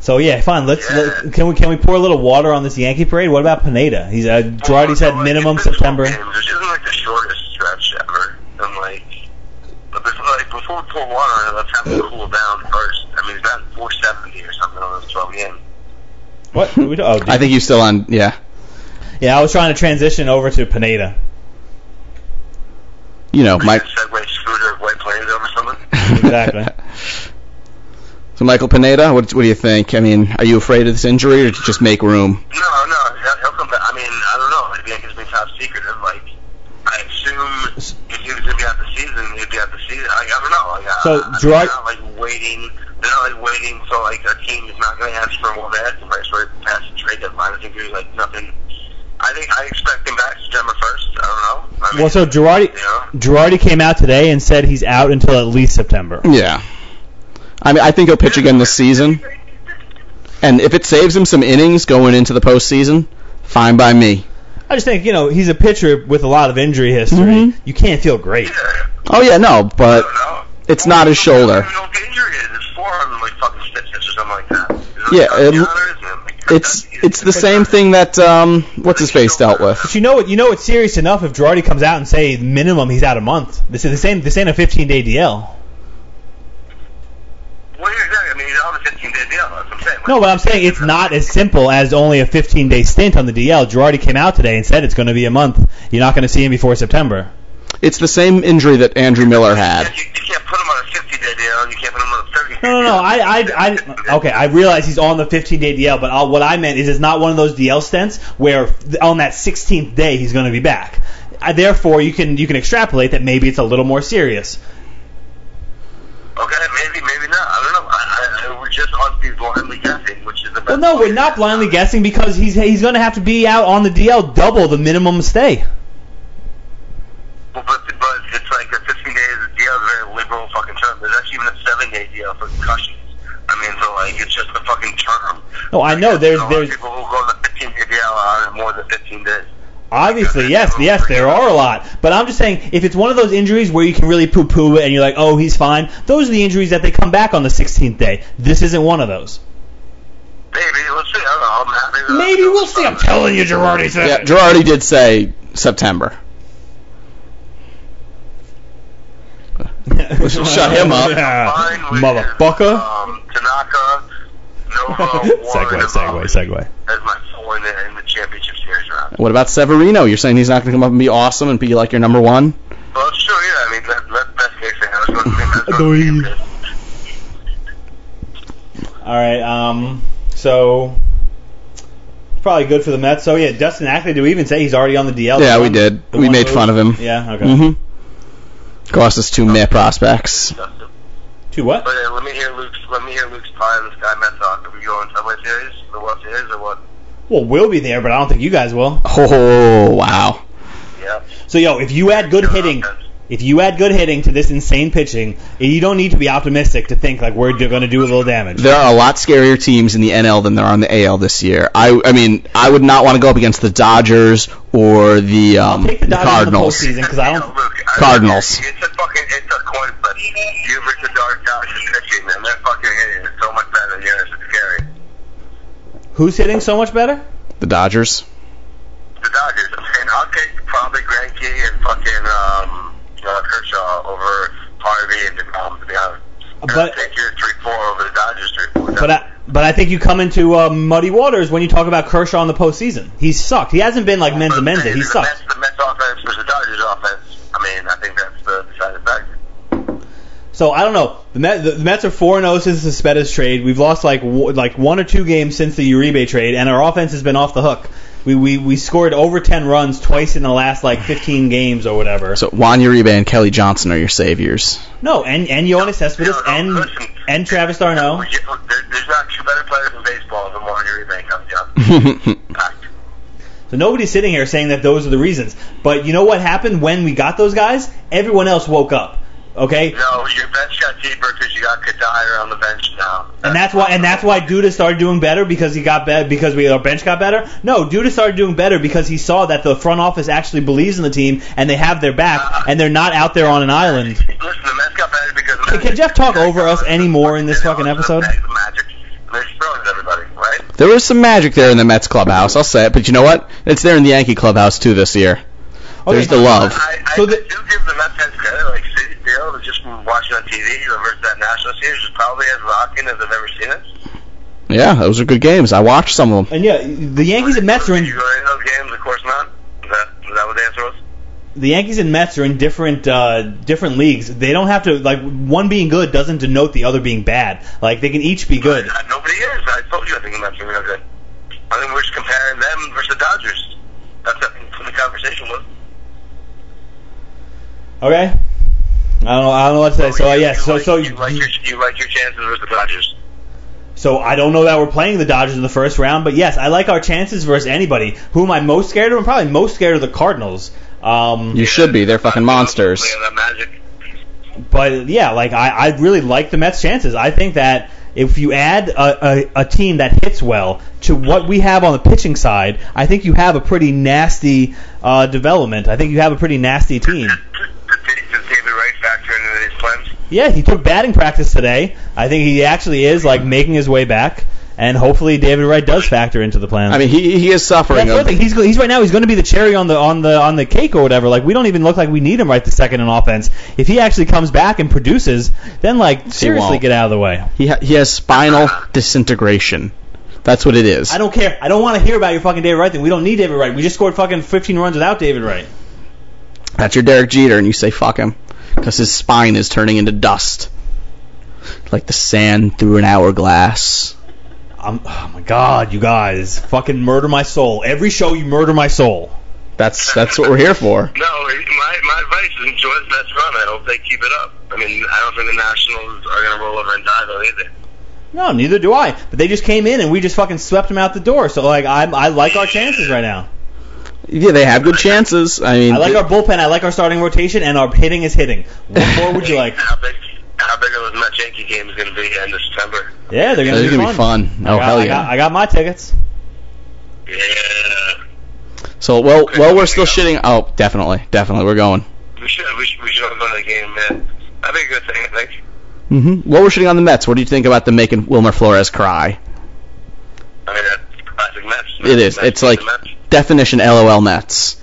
A: So yeah, fine. Let's let, can we can we pour a little water on this Yankee parade? What about Pineda? He's uh, Girardi said
C: Well,
A: minimum
C: it's been
A: September.
C: twelve games, Which isn't like the shortest stretch ever. And like, but this, like before we pour water on it, let's have it cool down first. I mean, he's got 470 or something on those 12 games.
A: What? We don't- oh,
B: I think he's still on. Yeah.
A: yeah, I was trying to transition over to Pineda.
B: You know, Mike.
C: Segway scooter of White Plains over something.
A: Exactly.
B: so Michael Pineda, what, what do you think? I mean, are you afraid of this injury, or did you just make room?
C: No, no, he'll, he'll come back. I mean, I don't know. The Yankees been top secretive. Like, I assume if he was gonna be out the season, he'd be out the season. Like, I don't know. Like, I-
A: So,
C: I, mean,
A: Gerard-
C: they're not like waiting. They're not like waiting. So like a team is not gonna ask for what they asked him for. Right past the trade deadline, I think there's like nothing. I think I expect him back September first. I don't know. I mean,
A: Well, so Girardi
C: you know,
A: Girardi came out today and said he's out until at least September.
B: Yeah. I mean, I think he'll pitch again this season, and if it saves him some innings going into the postseason, fine by me.
A: I just think you know he's a pitcher with a lot of injury history.
B: Mhm.
A: You can't feel great.
C: yeah,
B: Oh yeah, no,
C: I
B: but
C: don't know.
B: it's not his shoulder.
C: I don't even know what the injury is. His forearm like fucking stitches or something like that. Is it
B: Yeah,
C: like
B: it-
C: Tatiana, isn't it? Like,
B: It's
C: Tatiana-
B: it's the same thing that um what's his face dealt with.
A: But you know what? You know it's serious enough if Girardi comes out and say minimum he's out a month. This is the same. This ain't a 15 day DL.
C: Well, yeah, exactly. I mean, he's on the 15 day deal. That's what I'm saying.
A: No, but I'm saying it's not as simple as only a 15 day stint on the DL. Girardi came out today and said it's going to be a month. You're not going to see him before September.
B: It's the same injury that Andrew Miller
C: You,
B: had.
C: you can't put him on a 50 day deal, and you can't put him on a 30 day
A: No, no, no. I, I, I, okay, I realize he's on the 15 day DL, but i what I meant is it's not one of those DL stints where th- on that 16th day he's going to be back. I, therefore, you can you can extrapolate that maybe it's a little more serious.
C: Okay, maybe, maybe not. I don't know. I, I, I, we're just on these blindly guessing, which is the best.
A: Well, no, we're not blindly guessing because he's he's going to have to be out on the DL double the minimum stay.
C: Well, But, but it's like a 15 day deal is a very liberal fucking term. There's actually even a 7 day deal for concussions. I mean, so like, it's just a fucking term.
A: No, I know
C: There's
A: there's
C: a lot
A: there's
C: of people who go on the 15 day deal on more than 15 days.
A: Obviously, yes, yes, there are a lot. But I'm just saying, if it's one of those injuries where you can really poo-poo it and you're like, oh, he's fine, those are the injuries that they come back on the 16th day. This isn't one of those.
C: Maybe, we'll see. I don't know. I'm happy with
A: Maybe we'll see. I'm telling you, Girardi said.
B: Yeah, Girardi did say September.
A: Yeah.
B: should shut him up.
C: Fine with,
A: Motherfucker.
C: Um, Tanaka, Nova, Warren,
A: Segway,
C: and
A: segway,
C: Bobby.
A: segway.
C: as my four in the, in the championship series round.
B: What about Severino? You're saying he's not going to come up and be awesome and be like your number one?
C: Well, sure, yeah. I mean, that, that, that's the thing. That's what that's what
A: Adoy.
C: I'm saying.
A: All right, um, so probably good for the Mets. So, yeah, Dustin Ackley, do we even say he's already on the DL? The
B: Yeah, we
A: one-
B: did.
A: the
B: We
A: one
B: made
A: move?
B: fun of him.
A: Yeah, okay.
B: hmm Cost us two meh prospects.
A: Two what?
C: But uh, let me hear Luke's. Let me hear Luke's pie on the Sky Met talk. Are we going Subway Series, the World Series, or what?
A: Well, we'll be there, but I don't think you guys will.
B: Oh wow!
C: Yeah.
A: So, yo, if you add good
C: Your
A: hitting,
C: offense.
A: if you add good hitting to this insane pitching, you don't need to be optimistic to think like we're going to do a little damage.
B: There are a lot scarier teams in the NL than there are in the AL this year. I I mean I would not want to go up against the Dodgers or the um
A: Take the Dodgers in the
B: Cardinals.
A: postseason because I
C: You know,
A: don't.
C: Luke, I-
B: Cardinals.
C: It's a fucking. It's a coin flip. but you versus Dark Josh is pitching, and they're fucking hitting it so much better than yours. It's scary.
A: Who's hitting so much better?
B: The Dodgers.
C: The Dodgers. I'm saying I'll take probably Granke and fucking um, uh, Kershaw over Harvey and DeGrom, to be honest.
A: But-
C: I'll take your 3-4 over the Dodgers 3-4.
A: But uh, I, but I think you come into uh, muddy waters when you talk about Kershaw in the postseason. He's sucked. He hasn't been like Menza Menza. He
C: the Mets,
A: sucked.
C: the Mets offense versus the Dodgers offense. I mean, I think that's the deciding factor.
A: So I don't know. The, Met, the, the Mets are four and zero since the Cepedas trade. We've lost like w- like one or two games since the Uribe trade, and our offense has been off the hook. We, we we scored over ten runs twice in the last like fifteen games or whatever.
B: So Juan Uribe and Kelly Johnson are your saviors.
A: no, and and Yoenis Cespedes
C: No, no,
A: and
C: listen.
A: and Travis Darno.
C: Yeah, There, there's not two better players in baseball than Juan Uribe comes down.
B: That's
C: Fact.
A: So nobody's sitting here saying that those are the reasons. But you know what happened when we got those guys? Everyone else woke up. Okay,
C: No, your bench got deeper because you got Kadire on the bench now.
A: And that's why, and that's why Duda started doing better because he got better because we our bench got better. No, Duda started doing better because he saw that the front office actually believes in the team and they have their back and they're not out there on an island.
C: Listen, the Mets got better because.
A: Can- can Jeff talk over us any more in this fucking episode?
C: Magic. They're throwing everybody, right?
B: There was some magic there in the Mets clubhouse. I'll say it, but you know what? It's there in the Yankee clubhouse too this year.
A: Oh,
B: There's the love.
C: I, I,
A: So
C: so
A: the-
C: do give the Mets heads credit. Like City Field, just from watching on TV, versus that National Series was probably as rocking as I've ever seen it.
B: Yeah, those are good games. I watched some of them.
A: And yeah, the Yankees and Mets are
C: Did
A: in
C: you go to those games? Of course not. Is that, is that what the answer was?
A: the Yankees and Mets are in different uh, different leagues. They don't have to like one being good doesn't denote the other being bad. Like they can each be good.
C: Uh, nobody is. I told you I think the Mets are real good. I think we're just comparing them versus the Dodgers. That's what the conversation was.
A: Okay. I don't know. I don't know what to say. So uh,
C: you,
A: yes.
C: you
A: So
C: like,
A: so
C: you like your you like your chances versus the Dodgers.
A: So I don't know that we're playing the Dodgers in the first round, but yes, I like our chances versus anybody. Who am I most scared of? I'm probably most scared of the Cardinals. Um,
B: You should be. They're fucking monsters.
C: Yeah, that magic.
A: But yeah, like I, I really like the Mets' chances. I think that if you add a, a, a team that hits well to what we have on the pitching side, I think you have a pretty nasty uh, development. I think you have a pretty nasty team.
C: Does David Wright factor into these plans?
A: Yeah, he took batting practice today. I think he actually is like making his way back, and hopefully David Wright does factor into the plan.
B: I mean, he he is suffering.
A: That's the
B: a-
A: other thing. He's, go- he's right now. He's going to be the cherry on the on the on the cake or whatever. Like we don't even look like we need him right the second in offense. If he actually comes back and produces, then like seriously
B: won't.
A: get out of the way.
B: He ha- he has spinal disintegration. That's what it is.
A: I don't care. I don't want to hear about your fucking David Wright thing. We don't need David Wright. We just scored fucking 15 runs without David Wright.
B: That's your Derek Jeter, and you say fuck him because his spine is turning into dust, like the sand through an hourglass.
A: I'm, oh my god, you guys, fucking murder my soul. Every show you murder my soul.
B: That's that's what we're here for.
C: No, my my advice is enjoy the Mets run. I hope they keep it up. I mean, I don't think the Nationals are going to roll over and die though either.
A: No, neither do I. But they just came in and we just fucking swept them out the door. So like I I like our chances right now.
B: Yeah, they have good chances. I mean,
A: I like our bullpen. I like our starting rotation, and our hitting is hitting. What more would you like?
C: How big how big are those Mets Yankee games going to be end of September?
A: Yeah, they're gonna,
B: It's
A: be,
B: gonna be
A: fun.
B: fun. Oh,
A: I got,
B: hell
A: I
B: yeah.
A: got, I got my tickets.
C: Yeah.
B: so well well we're still
C: Yeah.
B: shitting. Oh, definitely, definitely, we're going.
C: We should, we should, we should all go to the game, man. That'd be a good thing, I think.
B: Mm-hmm. Well, we're shitting on the Mets. What do you think about them making Wilmer Flores cry?
C: I mean, that's classic Mets.
B: It is.
C: Mets
B: It's like
C: the Mets.
B: definition LOL Mets.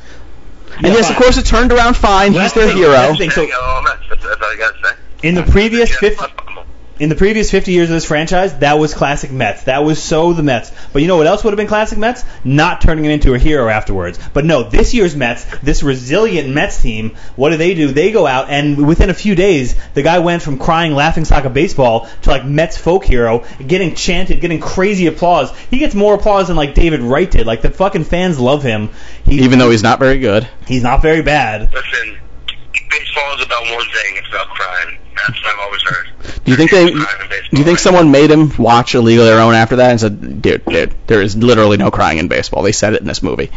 B: And
A: Yeah,
B: yes,
A: fine.
B: of course, it turned around fine.
A: Well,
B: He's their
A: that's the-
B: hero.
A: that's the-
C: Yeah, all Mets. That's, that's all I got to say.
A: In the previous
C: Yeah,
A: fifty,
C: fuck them.
A: in the previous 50 years of this franchise, that was classic Mets. That was so the Mets. But you know what else would have been classic Mets? Not turning it into a hero afterwards. But no, this year's Mets, this resilient Mets team, what do they do? They go out and within a few days, the guy went from crying laughing stock of baseball to like Mets folk hero, getting chanted, getting crazy applause. He gets more applause than like David Wright did. Like the fucking fans love him. He,
B: Even though he's not very good.
A: he's not very bad.
C: Listen, baseball is about one thing. It's about crime. That's what I've always heard.
B: Do you think they?
C: Crime in
B: Do you
C: baseball.
B: think someone made him watch Illegal Their Own after that and said, "Dude, dude, there is literally no crying in baseball." They said it in this movie.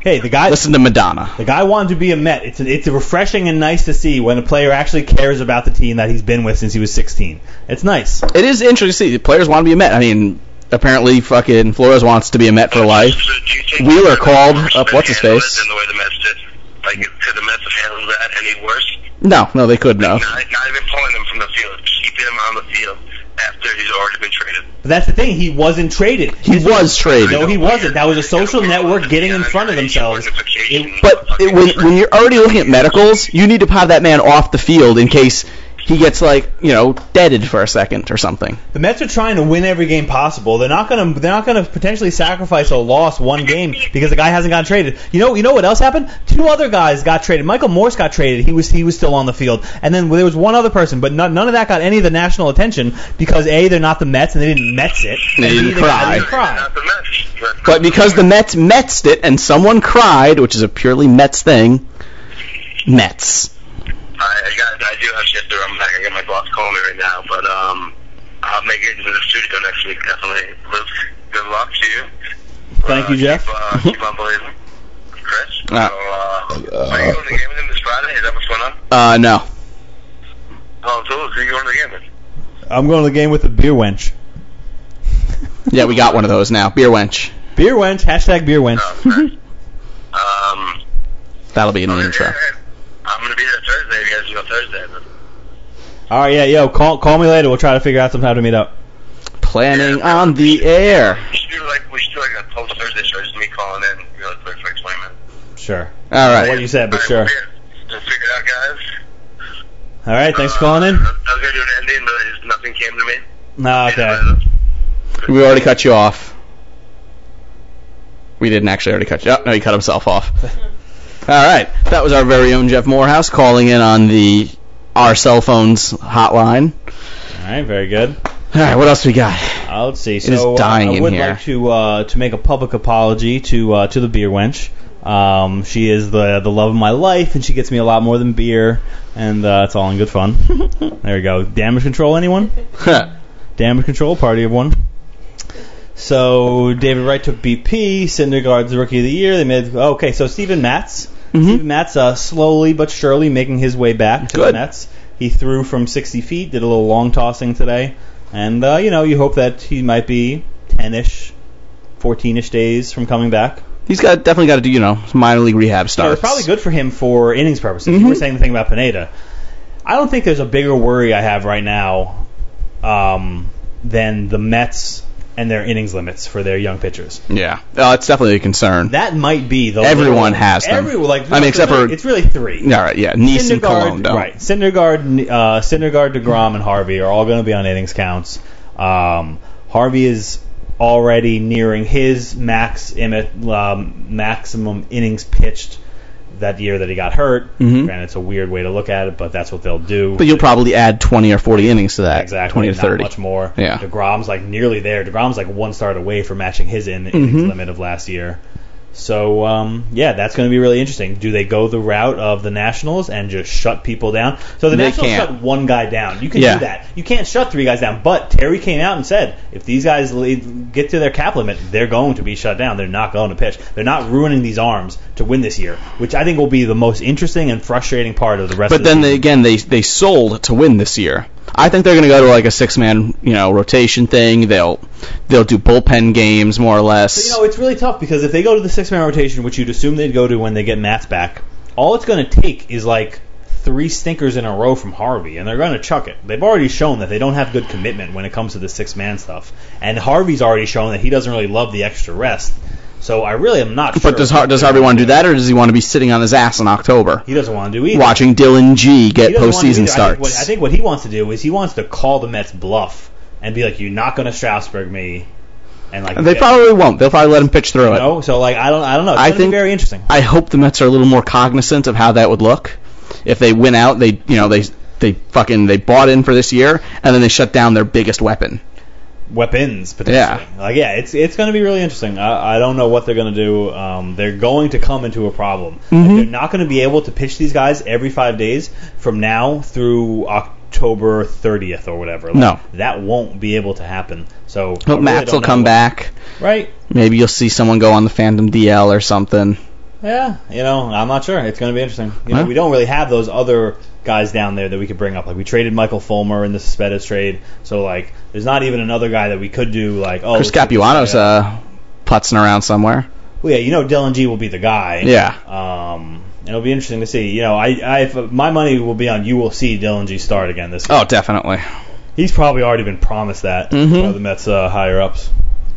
A: Hey, the guy
B: Listen to Madonna.
A: The guy wanted to be a Met. It's it's refreshing and nice to see when a player actually cares about the team that he's been with since he was 16. It's nice.
B: It is interesting to see. The players want to be a Met. I mean, apparently, fucking Flores wants to be a Met for life.
C: So do you think
B: Wheeler
C: the
B: called
C: Mets
B: up
C: handled
B: what's-his-face.
C: it In the way the Mets did, like could the Mets have handled that any worse?
B: No, no, they couldn't have.
C: Not, not even pulling him from the field, keeping him on the field after he's already been traded.
A: But that's the thing. He wasn't traded.
B: He was traded.
A: No, he wasn't. That was a social network getting in front of themselves.
C: It,
B: But it, when, when you're already looking at medicals, you need to have that man off the field in case he gets like you know deaded for a second or something.
A: The Mets are trying to win every game possible. They're not gonna they're not gonna potentially sacrifice a loss one game because the guy hasn't gotten traded. You know you know what else happened? Two other guys got traded. Michael Morse got traded. He was he was still on the field, and then there was one other person, but none, none of that got any of the national attention because a they're not the Mets and they didn't Mets it.
B: They
A: And B,
B: didn't
A: got-
B: cry.
A: didn't cry.
C: Not the Mets.
B: But because the Mets metzed it and someone cried, which is a purely Mets thing, Mets.
C: I, I got, I do have shit to do. I'm not gonna get my boss calling me right now, but um, I'll make it into the studio next week definitely. Luke, good luck to you.
A: Thank you, Jeff.
C: Keep, uh, keep on believing, Chris.
B: Ah.
C: so, uh, are you going to the game with him this Friday? Is that what's going on?
B: Uh, no.
C: Oh, so Luke, are you going to the game? With?
A: I'm going to the game with the beer wench.
B: Yeah, we got one of those now. Beer wench.
A: Beer wench. Hashtag beer wench.
C: Oh, okay. um,
B: That'll be in an intro.
C: I'm gonna be there Thursday. If you guys go Thursday. Then.
A: All right, yeah, yo, call call me later. We'll try to figure out some time to meet up.
B: Planning on the air.
C: We should do like we should do like a post Thursday show. Just me calling in, really quick for like 20 minutes.
A: Sure.
B: All
A: What
B: right.
A: you said, but
C: All
A: sure.
C: right, we'll be- we'll figure it out, guys.
A: All right, thanks for calling
C: Uh,
A: in.
C: I was gonna do an ending, but just nothing came to me. uh,
A: No, okay.
B: We already cut you off. We didn't actually already cut you. Oh, no, he cut himself off. All right. That was our very own Jeff Morehouse calling in on the our cell phones hotline.
A: All right, very good.
B: All right. What else we got?
A: Uh, let's see.
B: is
A: So uh,
B: dying
A: I
B: in
A: would
B: here.
A: like to uh, to make a public apology to uh, to the beer wench. Um, she is the the love of my life, and she gets me a lot more than beer, and uh, it's all in good fun. there we go. Damage control, anyone? Uh, Damage control, party of one. So David Wright took BP. Syndergaard's rookie of the year. They made oh, okay. So Steven Matz. Steven Matz uh, slowly but surely making his way back to the
B: Good.
A: Mets. He threw from 60 feet, did a little long tossing today, and uh, you know you hope that he might be 10ish, 14ish days from coming back.
B: He's got definitely got to do you know minor league rehab
A: So
B: starts. Mm-hmm.
A: it's probably good for him for innings purposes. You were saying the thing about Pineda. I don't think there's a bigger worry I have right now um, than the Mets and their innings limits for their young pitchers.
B: Yeah. Uh, it's definitely a concern.
A: That might be the
B: Everyone has them.
A: Everyone like
B: I mean, except for-
A: it's really three.
B: All right. Yeah. Nice and Cologne.
A: Syndergaard,
B: Don't.
A: right? Syndergaard, uh, Syndergaard, Degrom, and Harvey are all going to be on innings counts. Um, Harvey is already nearing his max imi- um, maximum innings pitched that year that he got hurt.
B: Mhm.
A: Granted, it's a weird way to look at it, but that's what they'll do.
B: But you'll probably add 20 or 40 innings to that.
A: exactly
B: 20 to
A: not
B: 30.
A: much more.
B: Yeah.
A: Degrom's like nearly there. Degrom's like one start away from matching his in- innings
B: Mhm.
A: limit of last year. So um, yeah, that's going to be really interesting. Do they go the route of the Nationals and just shut people down? So the
B: They
A: Nationals
B: can't.
A: shut one guy down. You can
B: Yeah.
A: do that. You can't shut three guys down. But Terry came out and said if these guys lead, get to their cap limit, they're going to be shut down. They're not going to pitch. They're not ruining these arms to win this year, which I think will be the most interesting and frustrating part of the rest.
B: But
A: of the
B: then
A: season.
B: they, again, they they sold to win this year. I think they're going to go to like a six man you know rotation thing. They'll they'll do bullpen games more or less.
A: But, you know, it's really tough because if they go to the six man rotation, which you'd assume they'd go to when they get Matt's back, all it's going to take is like three stinkers in a row from Harvey, and they're going to chuck it. They've already shown that they don't have good commitment when it comes to the six man stuff, and Harvey's already shown that he doesn't really love the extra rest. So I really am not sure.
B: but does Har- does Harvey want to do that, or does he want to be sitting on his ass in October
A: He doesn't want to do either.
B: watching Dylan G get
A: He doesn't want to either.
B: postseason
A: I think, what,
B: starts?
A: I think what he wants to do is he wants to call the Mets bluff and be like, "You're not going to Strasburg me," and like
B: they
A: get-
B: probably won't. They'll probably let him pitch through
A: you
B: it.
A: know. So like I don't I don't know. It's
B: I
A: gonna
B: think-
A: be very interesting.
B: I hope the Mets are a little more cognizant of how that would look. If they win out, they you know they they fucking they bought in for this year, and then they shut down their biggest weapon.
A: weapons potentially. Like yeah, it's it's going to be really interesting. I, I don't know what they're going to do. Um, they're going to come into a problem. Like,
B: Mhm.
A: they're not going to be able to pitch these guys every five days from now through October 30th or whatever. Like,
B: No.
A: that won't be able to happen. So I
B: Hope
A: really
B: Max
A: Oh, don't
B: will
A: know
B: come
A: what-
B: back.
A: right?
B: Maybe you'll see someone go on the Phantom DL or something.
A: Oh, Yeah, you know, I'm not sure. It's going to be interesting. You know,
B: Huh?
A: we don't really have those other guys down there that we could bring up. Like we traded Michael Fulmer in the Cespedes trade, so like there's not even another guy that we could do. Like oh,
B: Chris
A: let's do this
B: Capuano's
A: guy.
B: uh, putzing around somewhere.
A: Well, yeah, you know, Dylan G will be the guy.
B: Yeah.
A: Um, It'll be interesting to see. You know, I, I if, my money will be on you will see Dylan G start again this year.
B: Oh, definitely.
A: He's probably already been promised that
B: Mhm.
A: by the Mets uh, higher ups.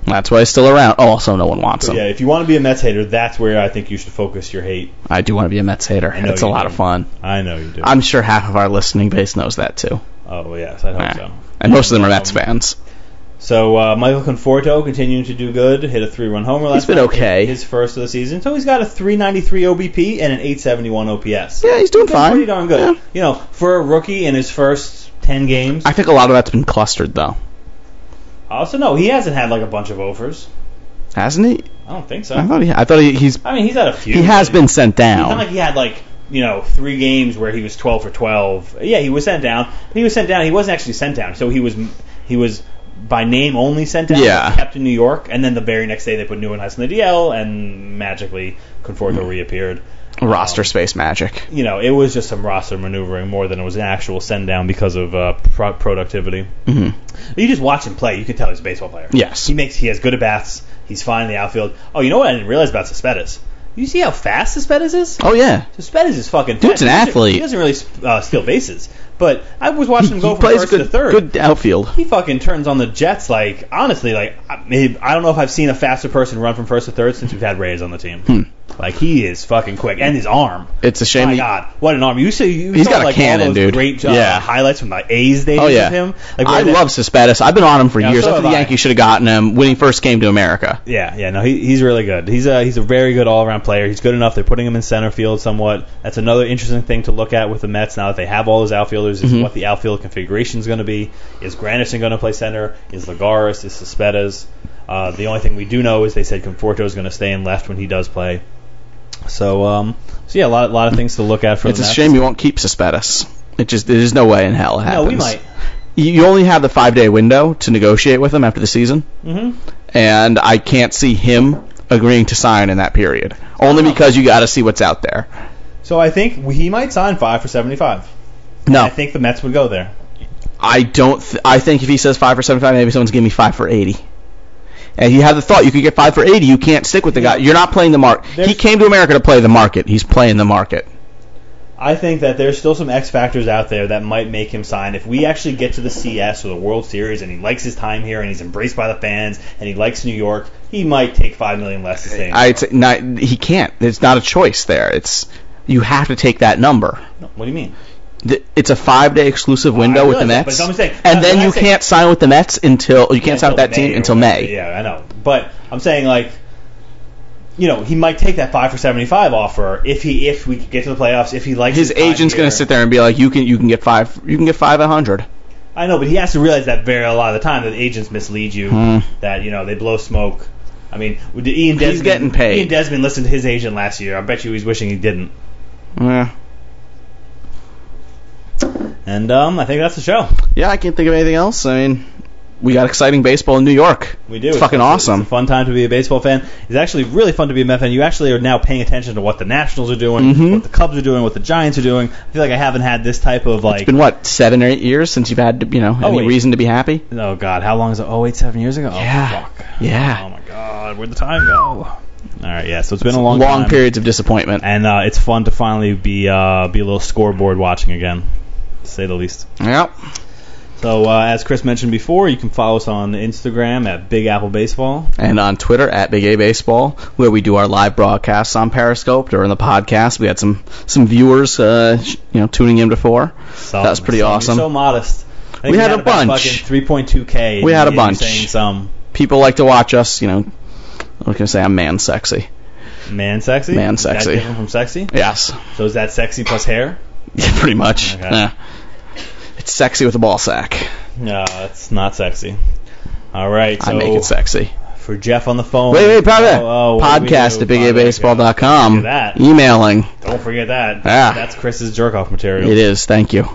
B: That's why he's still around. Oh, also, no one wants
A: So
B: him.
A: yeah, if you want to be a Mets hater, that's where I think you should focus your hate.
B: I do want to be a Mets hater.
A: know
B: It's a
A: you
B: lot
A: do.
B: of fun.
A: I know you do.
B: I'm sure half of our listening base knows that too,
A: oh yes, I hope
B: Yeah.
A: so.
B: and most of them are Mets
A: Um,
B: fans.
A: So uh, Michael Conforto continuing to do good, hit a three-run homer last
B: He's been
A: night,
B: okay.
A: His first of the season, so he's got a 393 OBP and an 871 OPS.
B: Yeah, he's doing
A: He's been
B: fine.
A: pretty darn good.
B: Yeah.
A: You know, for a rookie in his first 10 games.
B: I think a lot of that's been clustered though,
A: also, no, he hasn't had like a bunch of overs.
B: hasn't he?
A: I don't think so.
B: I thought he. I thought he, he's.
A: I mean, he's had a few.
B: He has
A: but
B: been sent
A: It's not like
B: down.
A: he had like you know three games where he was 12 for 12. Yeah, he was sent down. He was sent down. He wasn't actually sent down. So he was he was by name only sent down.
B: Yeah.
A: Kept in New York, and then the very next day they put Newhouse in the DL, and magically Conforto
B: Hmm.
A: reappeared.
B: Roster space magic.
A: You know, it was just some roster maneuvering more than it was an actual send down because of uh, pro- productivity.
B: hmm
A: You just watch him play. You can tell he's a baseball player.
B: Yes.
A: He makes he has good at bats. He's fine in the outfield. Oh, you know what I didn't realize about Cespedes? You see how fast Cespedes is?
B: Oh yeah.
A: Cespedes is fucking. fast.
B: Dude's an
A: He doesn't-
B: athlete.
A: He doesn't really uh, steal bases, but I was watching him go
B: he
A: from
B: plays
A: first
B: good.
A: to third.
B: Good outfield.
A: He fucking turns on the Jets like honestly, like I, mean, I don't know if I've seen a faster person run from first to third since we've had Rays on the team. Like he is fucking quick, and his arm.
B: It's a
A: My
B: shame. Hmm. he-
A: God, what an arm! You see, you
B: He's
A: saw,
B: got a
A: like,
B: cannon,
A: all those
B: dude.
A: Great uh,
B: Yeah.
A: highlights from the A's days
B: Oh yeah.
A: of him. Like,
B: I
A: where that-
B: love Cespedes. I've been on him for
A: Yeah,
B: years.
A: so
B: I thought the
A: have I.
B: Yankees should have gotten him when he first came to America.
A: Yeah, yeah, no, he, he's really good. He's a he's a very good all around player. He's good enough. They're putting him in center field somewhat. That's another interesting thing to look at with the Mets now that they have all those outfielders. Is
B: Mhm.
A: what the outfield configuration is going to be. Is Granderson going to play center? Is Lagares? Is Cespedes? Uh, the only thing we do know is they said Conforto is going to stay in left when he does play. So, um, so yeah, a lot, a lot of things to look at for
B: It's
A: the
B: a
A: Mets.
B: shame you won't keep Cespedes. It just there's no way in hell it
A: No,
B: happens.
A: we might.
B: You- You only have the five day window to negotiate with him after the season,
A: hmm
B: and I can't see him agreeing to sign in that period. Only because you got to see what's out there.
A: So I think we- he might sign five for seventy-five.
B: No,
A: I think the Mets would go there.
B: I don't. Th- I think if he says five for seventy-five, maybe someone's giving me five for eighty. And you have the thought you could get five for eighty. You can't stick with the guy. You're not playing the market. He
A: There's-
B: came to America to play the market. He's playing the market.
A: I think that there's still some X factors out there that might make him sign. If we actually get to the CS or the World Series and he likes his time here and he's embraced by the fans and he likes New York, he might take five million less to stay. in
B: I say not, he can't. It's not a choice there. It's you have to take that number.
A: No, what do you mean?
B: Th- It's a five-day exclusive
A: I
B: window with the
A: realize that,
B: Mets,
A: but I'm saying-
B: and
A: uh,
B: then
A: when I
B: you
A: say-
B: can't sign with the Mets until you can't sign with that
A: May
B: team
A: or
B: until
A: whatever.
B: May.
A: Yeah, I know. But I'm saying like, you know, he might take that five for seventy-five offer if he if we get to the playoffs if he likes
B: His
A: time
B: agent's
A: here.
B: gonna sit there and be like, "You can, you can get five, you can get five at hundred.
A: I know, but he has to realize that very a lot of the time that agents mislead you,
B: Hmm.
A: that you know they blow smoke. I mean, would Ian Desmond,
B: getting paid.
A: Ian Desmond listened to his agent last year. I bet you he's wishing he didn't.
B: Yeah.
A: And um, I think that's the show.
B: Yeah, I can't think of anything else. I mean, we got exciting baseball in New York.
A: We do.
B: It's fucking awesome.
A: It's a fun time to be a baseball fan. It's actually really fun to be a Met fan. You actually are now paying attention to what the Nationals are doing,
B: Mhm.
A: what the Cubs are doing, what the Giants are doing. I feel like I haven't had this type of like.
B: It's been what seven or eight years since you've had you know
A: Oh,
B: any
A: wait.
B: reason to be happy.
A: oh God, how long is it? Oh, eight, seven years ago. Oh,
B: Yeah.
A: fuck. Oh
B: Yeah.
A: my God, where'd the time go? All right, yeah. So it's been a long,
B: Long
A: time.
B: periods of disappointment.
A: and uh, it's fun to finally be uh, be a little scoreboard watching again, to say the least.
B: Yep.
A: So uh, as Chris mentioned before, you can follow us on Instagram at Big Apple Baseball.
B: And on Twitter at Big A Baseball, where we do our live broadcasts on Periscope during the podcast. We had some some viewers, uh, sh- you know, tuning in before.
A: So,
B: That's pretty
A: so
B: awesome.
A: You're so modest. I think
B: We had a
A: about
B: bunch.
A: fucking 3.2k.
B: We had a
A: and you
B: bunch.
A: Saying some
B: People like to watch us. You know, I was gonna say I'm man sexy.
A: man sexy.
B: Man
A: Is that
B: sexy.
A: different from sexy.
B: Yes.
A: So is that sexy plus hair?
B: Yeah, pretty much.
A: Okay.
B: Yeah. It's sexy with a ball sack.
A: No, it's not sexy. All right. So
B: I make it sexy.
A: for Jeff on the phone.
B: Wait, wait, probably
A: Oh, oh, what do we
B: podcast
A: do?
B: at bigabaseball.com.
A: Look at that.
B: Emailing.
A: Don't forget that.
B: Ah.
A: That's Chris's jerk off material.
B: It is. Thank you.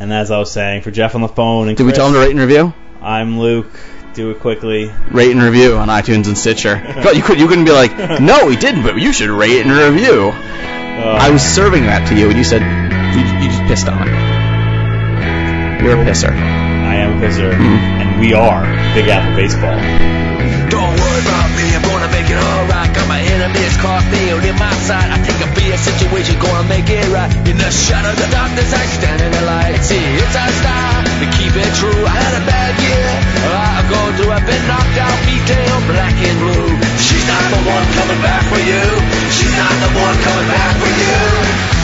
A: And as I was saying, for Jeff on the phone and
B: Did we
A: Chris,
B: tell them to rate and review?
A: I'm Luke. Do it quickly.
B: Rate and review on iTunes and Stitcher. But you could you couldn't be like, no, we didn't, but you should rate and review. I
A: Uh,
B: was serving that to you, and you said you, you just pissed on it. You're a pisser.
A: I am a Quizzer, and we are Big Apple Baseball.
E: Don't worry about me, I'm gonna make it alright. Got my enemies caught nailed in my side. I take a beer situation, gonna make it right. In the shadow, the darkness, I stand in the light. See, it's our style to keep it true. I had a bad year, I'm going through. I've been knocked out, beat down, black and blue. She's not the one coming back for you. She's not the one coming back for you.